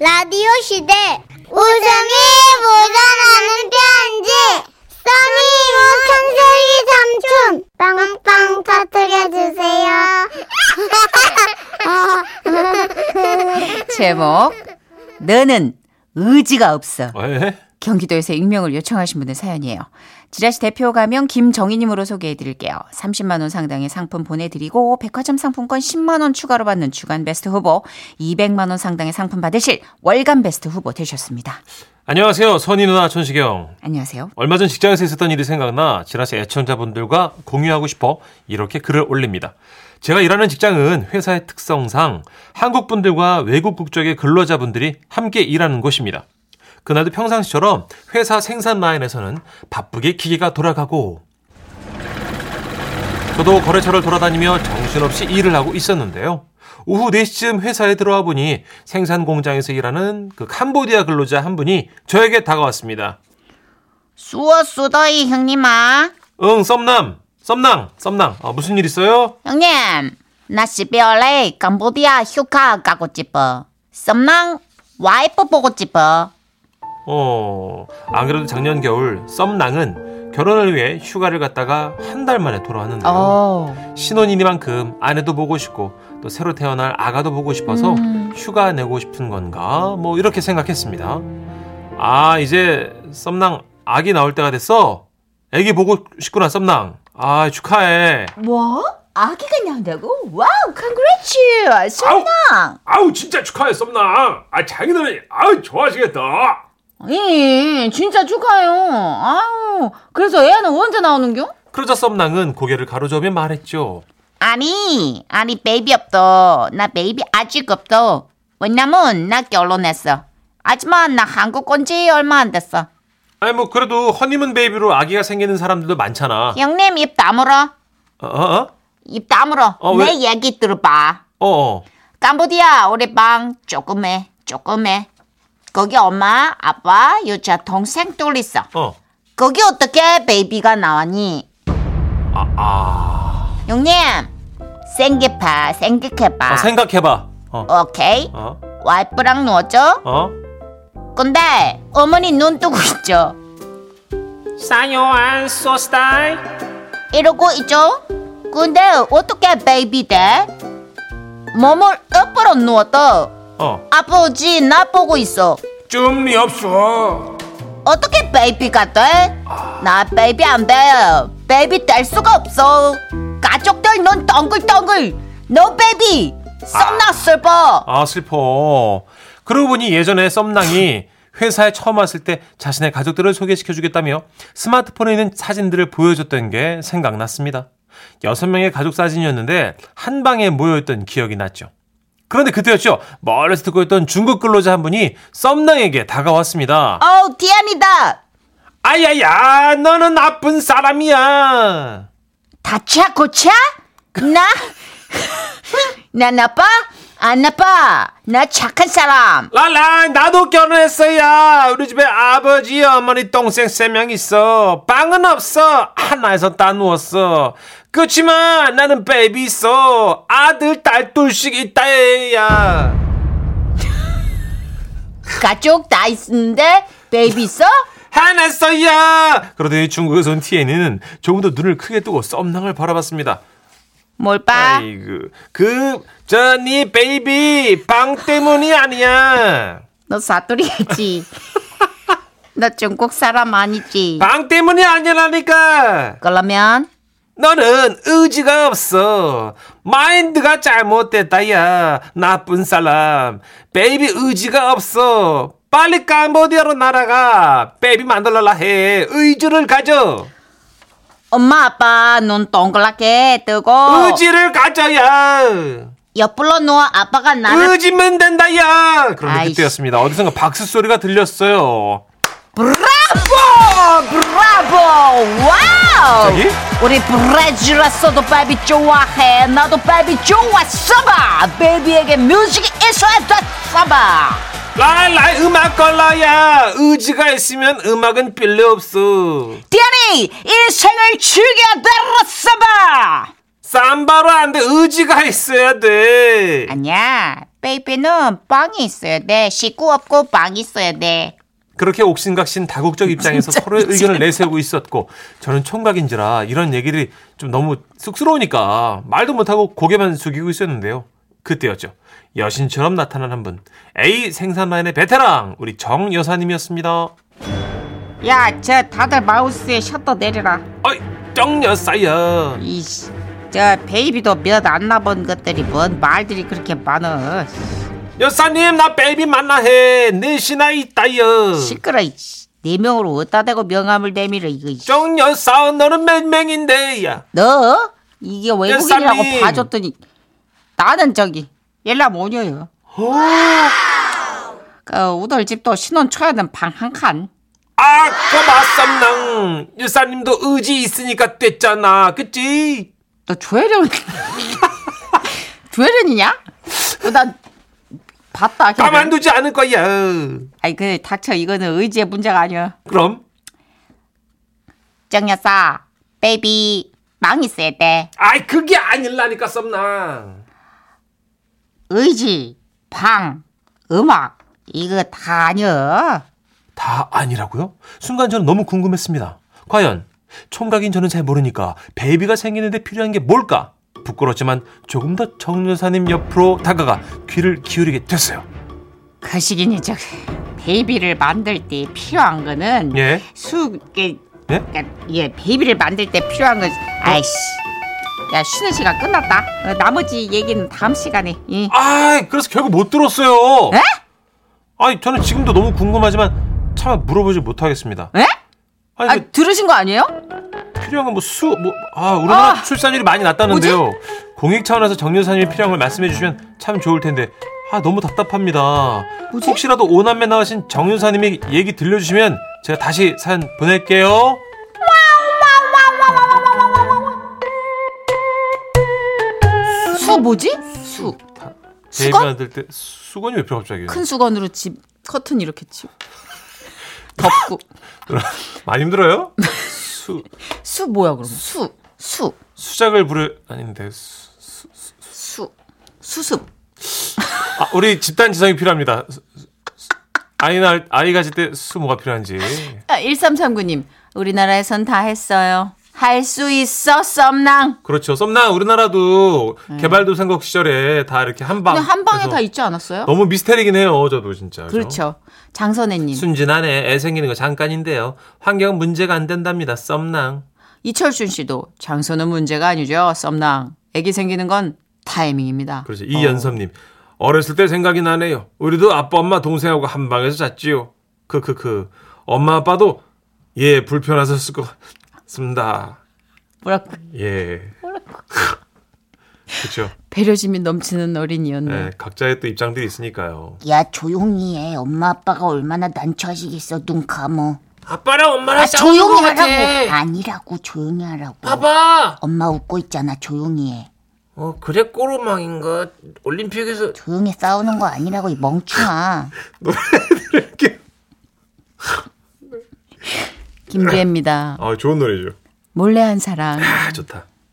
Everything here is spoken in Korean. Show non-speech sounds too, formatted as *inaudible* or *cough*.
라디오 시대 웃음이 묻어나는 편지 써니 우천세기 삼촌 빵빵 터뜨려주세요 제목 너는 의지가 없어. 에? 경기도에서 익명을 요청하신 분의 사연이에요. 지라시 대표 가명 김정희님으로 소개해드릴게요. 30만 원 상당의 상품 보내드리고 백화점 상품권 10만 원 추가로 받는 주간 베스트 후보, 200만 원 상당의 상품 받으실 월간 베스트 후보 되셨습니다. 안녕하세요. 선희 누나 천식영. 안녕하세요. 얼마 전 직장에서 있었던 일이 생각나 지라시 애청자분들과 공유하고 싶어 이렇게 글을 올립니다. 제가 일하는 직장은 회사의 특성상 한국 분들과 외국 국적의 근로자분들이 함께 일하는 곳입니다. 그날도 평상시처럼 회사 생산 라인에서는 바쁘게 기계가 돌아가고 저도 거래처를 돌아다니며 정신없이 일을 하고 있었는데요. 오후 4시쯤 회사에 들어와 보니 생산 공장에서 일하는 그 캄보디아 근로자 한 분이 저에게 다가왔습니다. 수어 수더이 형님아. 응, 썸남. 썸낭, 썸낭. 아, 무슨 일 있어요? 형님, 나 12월에 캄보디아 휴가 가고 싶어. 썸랑 와이프 보고 싶어. 어, 안 그래도 작년 겨울 썸낭은 결혼을 위해 휴가를 갔다가 한 달 만에 돌아왔는데요. 신혼이니만큼 아내도 보고 싶고 또 새로 태어날 아가도 보고 싶어서 휴가 내고 싶은 건가? 뭐 이렇게 생각했습니다. 아, 이제 썸낭 아기 나올 때가 됐어? 아기 보고 싶구나, 썸낭. 아, 축하해. 뭐? 아기가 나온다고? 와우, 컨그레츄! 썸랑! 아우, 진짜 축하해, 썸낭. 아, 자기는 아우, 좋아하시겠다. 예, 진짜 축하해요. 아우, 그래서 애는 언제 나오는겨? 그러자 썸낭은 고개를 가로저으며 말했죠. 아니, 아니, 베이비 없어. 나 베이비 아직 없어. 왜냐면, 나 결혼했어. 하지만, 나 한국 온 지 얼마 안 됐어. 아니 뭐 그래도 허니문 베이비로 아기가 생기는 사람들도 많잖아. 형님, 입 다물어. 어? 어? 입 다물어. 어, 내 왜? 얘기 들어봐. 어? 어. 캄보디아, 우리 방 조금 해. 조금 해. 거기 엄마, 아빠, 여자, 동생 둘 있어. 어. 거기 어떻게 베이비가 나왔니? 아, 아. 형님 생각해봐 생각해봐 아, 생각해봐. 어. 오케이 어? 와이프랑 누웠죠? 어? 근데 어머니 눈 뜨고 있죠? 사요한 소스타일 이러고 있죠? 근데 어떻게 베이비 돼? 몸을 옆으로 누웠다 어. 아버지 나 보고 있어 좀 없어 어떻게 베이비가 돼? 나 베이비 안 돼. 베이비 될 수가 없어. 가족들 눈 덩글덩글. 너 베이비. 썸나 슬퍼. 아 슬퍼. 그러고 보니 예전에 썸낭이 회사에 처음 왔을 때 자신의 가족들을 소개시켜주겠다며 스마트폰에 있는 사진들을 보여줬던 게 생각났습니다. 여섯 명의 가족 사진이었는데 한 방에 모여있던 기억이 났죠. 그런데 그때였죠. 멀리서 듣고 있던 중국 근로자 한 분이 썸낭에게 다가왔습니다. 어우 디안이다. 아야야, 너는 나쁜 사람이야. 다치야 고치야? 나? *laughs* 나 나빠? 안 나빠. 나 착한 사람. 랄라, 나도 결혼했어요. 우리 집에 아버지, 어머니, 동생 세 명 있어. 빵은 없어. 하나에서 다 누웠어. 그렇지만 나는 베이비 있어. 아들, 딸 둘씩 있다, 야. 가족 다 있는데 베이비 있어? 해냈어요. 그러더니 중국에서 온 TN은 조금 더 눈을 크게 뜨고 썸낭을 바라봤습니다. 뭘 봐? 아이고, 그, 저, 니 베이비, 빵 때문이 아니야. 너 사투리지. *laughs* 너 중국 사람 아니지. 빵 때문이 아니라니까. 그러면 너는 의지가 없어. 마인드가 잘못됐다야. 나쁜 사람. 베이비 의지가 없어. 빨리 캄보디아로 날아가. 베이비 만들어라 해. 의지를 가져. 엄마 아빠 눈 동그랗게 뜨고 의지를 가져야. 옆으로 누워 아빠가 나를 의지면 된다야. 그런데 아이씨. 그때였습니다. 어디선가 박수 소리가 들렸어요. 브라보 브라보 와우 저기? 우리 브라질에서도 베이비 좋아해 나도 베이비 좋아서봐 베이비에게 뮤직이 있어야 됐어봐 라라 음악 걸러야. 의지가 있으면 음악은 필요 없어. 디아니 일생을 즐겨야 되었어봐 쌈바로 안 돼. 의지가 있어야 돼. 아니야 베이비는 빵이 있어야 돼. 식구 없고 빵 있어야 돼. 그렇게 옥신각신 다국적 입장에서 서로의 의견을 내세우고 있었고 저는 총각인지라 이런 얘기들이 좀 너무 쑥스러우니까 말도 못하고 고개만 숙이고 있었는데요. 그때였죠. 여신처럼 나타난 한 분. A 생산 라인의 베테랑 우리 정 여사님이었습니다. 야, 저 다들 마우스에 셔터 내려라. 어이 정 여사야. 이씨, 저 베이비도 몇 안 나본 것들이 뭔 말들이 그렇게 많어. 여사님 나 베이비 만나 해. 넷이나 있다여. 시끄러. 이씨. 네 명으로 어디다 대고 명함을 내밀어 이거. 이씨. 정 여사 너는 몇 명인데 야. 너 이게 외국인이라고 열사님. 봐줬더니 나는 저기 열람 오녀요. 그 우덜집도 신혼 초야는 방 한 칸. 아 고맙삼낭. 여사님도 의지 있으니까 됐잖아. 그치? 너 조혜련 *laughs* 조혜련이냐? 어, 난 봤다. 걔를. 가만두지 않을 거야. 아니 그 닥쳐 이거는 의지의 문제가 아니야. 그럼 정여사, 베이비 망 있어야 돼. 아이 그게 아닐라니까 썸나. 의지, 방, 음악 이거 다 아니야. 다 아니라고요? 순간 저는 너무 궁금했습니다. 과연 총각인 저는 잘 모르니까 베이비가 생기는데 필요한 게 뭘까? 부끄럽지만 조금 더 정여사님 옆으로 다가가 귀를 기울이게 됐어요. 그 시기니 저 베이비를 만들 때 필요한 거는 예? 수 예? 예? 예 베이비를 만들 때 필요한 건 아이씨 야 쉬는 시간 끝났다 어, 나머지 얘기는 다음 시간에 예. 아이 그래서 결국 못 들었어요. 에? 아니 저는 지금도 너무 궁금하지만 차마 물어보지 못하겠습니다. 에? 아니 아 그 들으신 거 아니에요? 필요한 건 뭐 수 뭐 아 우리나라 아! 출산율이 많이 낮다는데요. 공익 차원에서 정년산율이 필요한 걸 말씀해 주시면 참 좋을 텐데 아 너무 답답합니다. 뭐지? 혹시라도 오남매 나으신 정윤사님이 얘기 들려주시면 제가 다시 사연 보낼게요. 수 뭐지? 수 큰 다- 수건? 데이비 만들 때 수건이 왜 필요 갑자기? 수건으로 집 커튼 이렇게 치 덮고 많이 힘들어요? 수 수 뭐야 그럼 수수 수, 수작을 부를 아닌데 수- 수, 수습 아, 우리 집단 지성이 필요합니다. 수- 수- 아이 날 아이 가질 때 수모가 필요한지. 아, 1339님 우리나라에선 다 했어요 할 수 있어 썸낭 그렇죠. 썸나 우리나라도 개발도상국 시절에 다 이렇게 한방 네. 그냥 한 방에 해서 다 있지 않았어요? 너무 미스테리긴 해요, 저도 진짜. 그죠? 그렇죠. 장선혜님, 순진하네. 애 생기는 거 잠깐인데요. 환경 문제가 안 된답니다. 썸낭. 이철준 씨도 장소는 문제가 아니죠. 썸낭. 애기 생기는 건 타이밍입니다. 그렇죠. 이연섭님. 어렸을 때 생각이 나네요. 우리도 아빠, 엄마, 동생하고 한 방에서 잤지요. 크크크. 엄마, 아빠도 예 불편하셨을 것 같습니다. 뭐라고 예. 그렇죠. 배려심이 넘치는 어린이였네. 네, 각자의 또 입장들이 있으니까요. 야 조용히 해. 엄마 아빠가 얼마나 난처하시겠어. 눈 감어. 아빠랑 엄마랑 조용히 하라고. 아니라고 조용히 하라고. 봐봐. 엄마 웃고 있잖아. 조용히 해. 어 그래 꼬르망인가 올림픽에서 조용히 싸우는 거 아니라고 이 멍충아. 김기혜입니다. 아, 좋은 노래죠. 몰래 한 사랑. *laughs* 아, 좋다.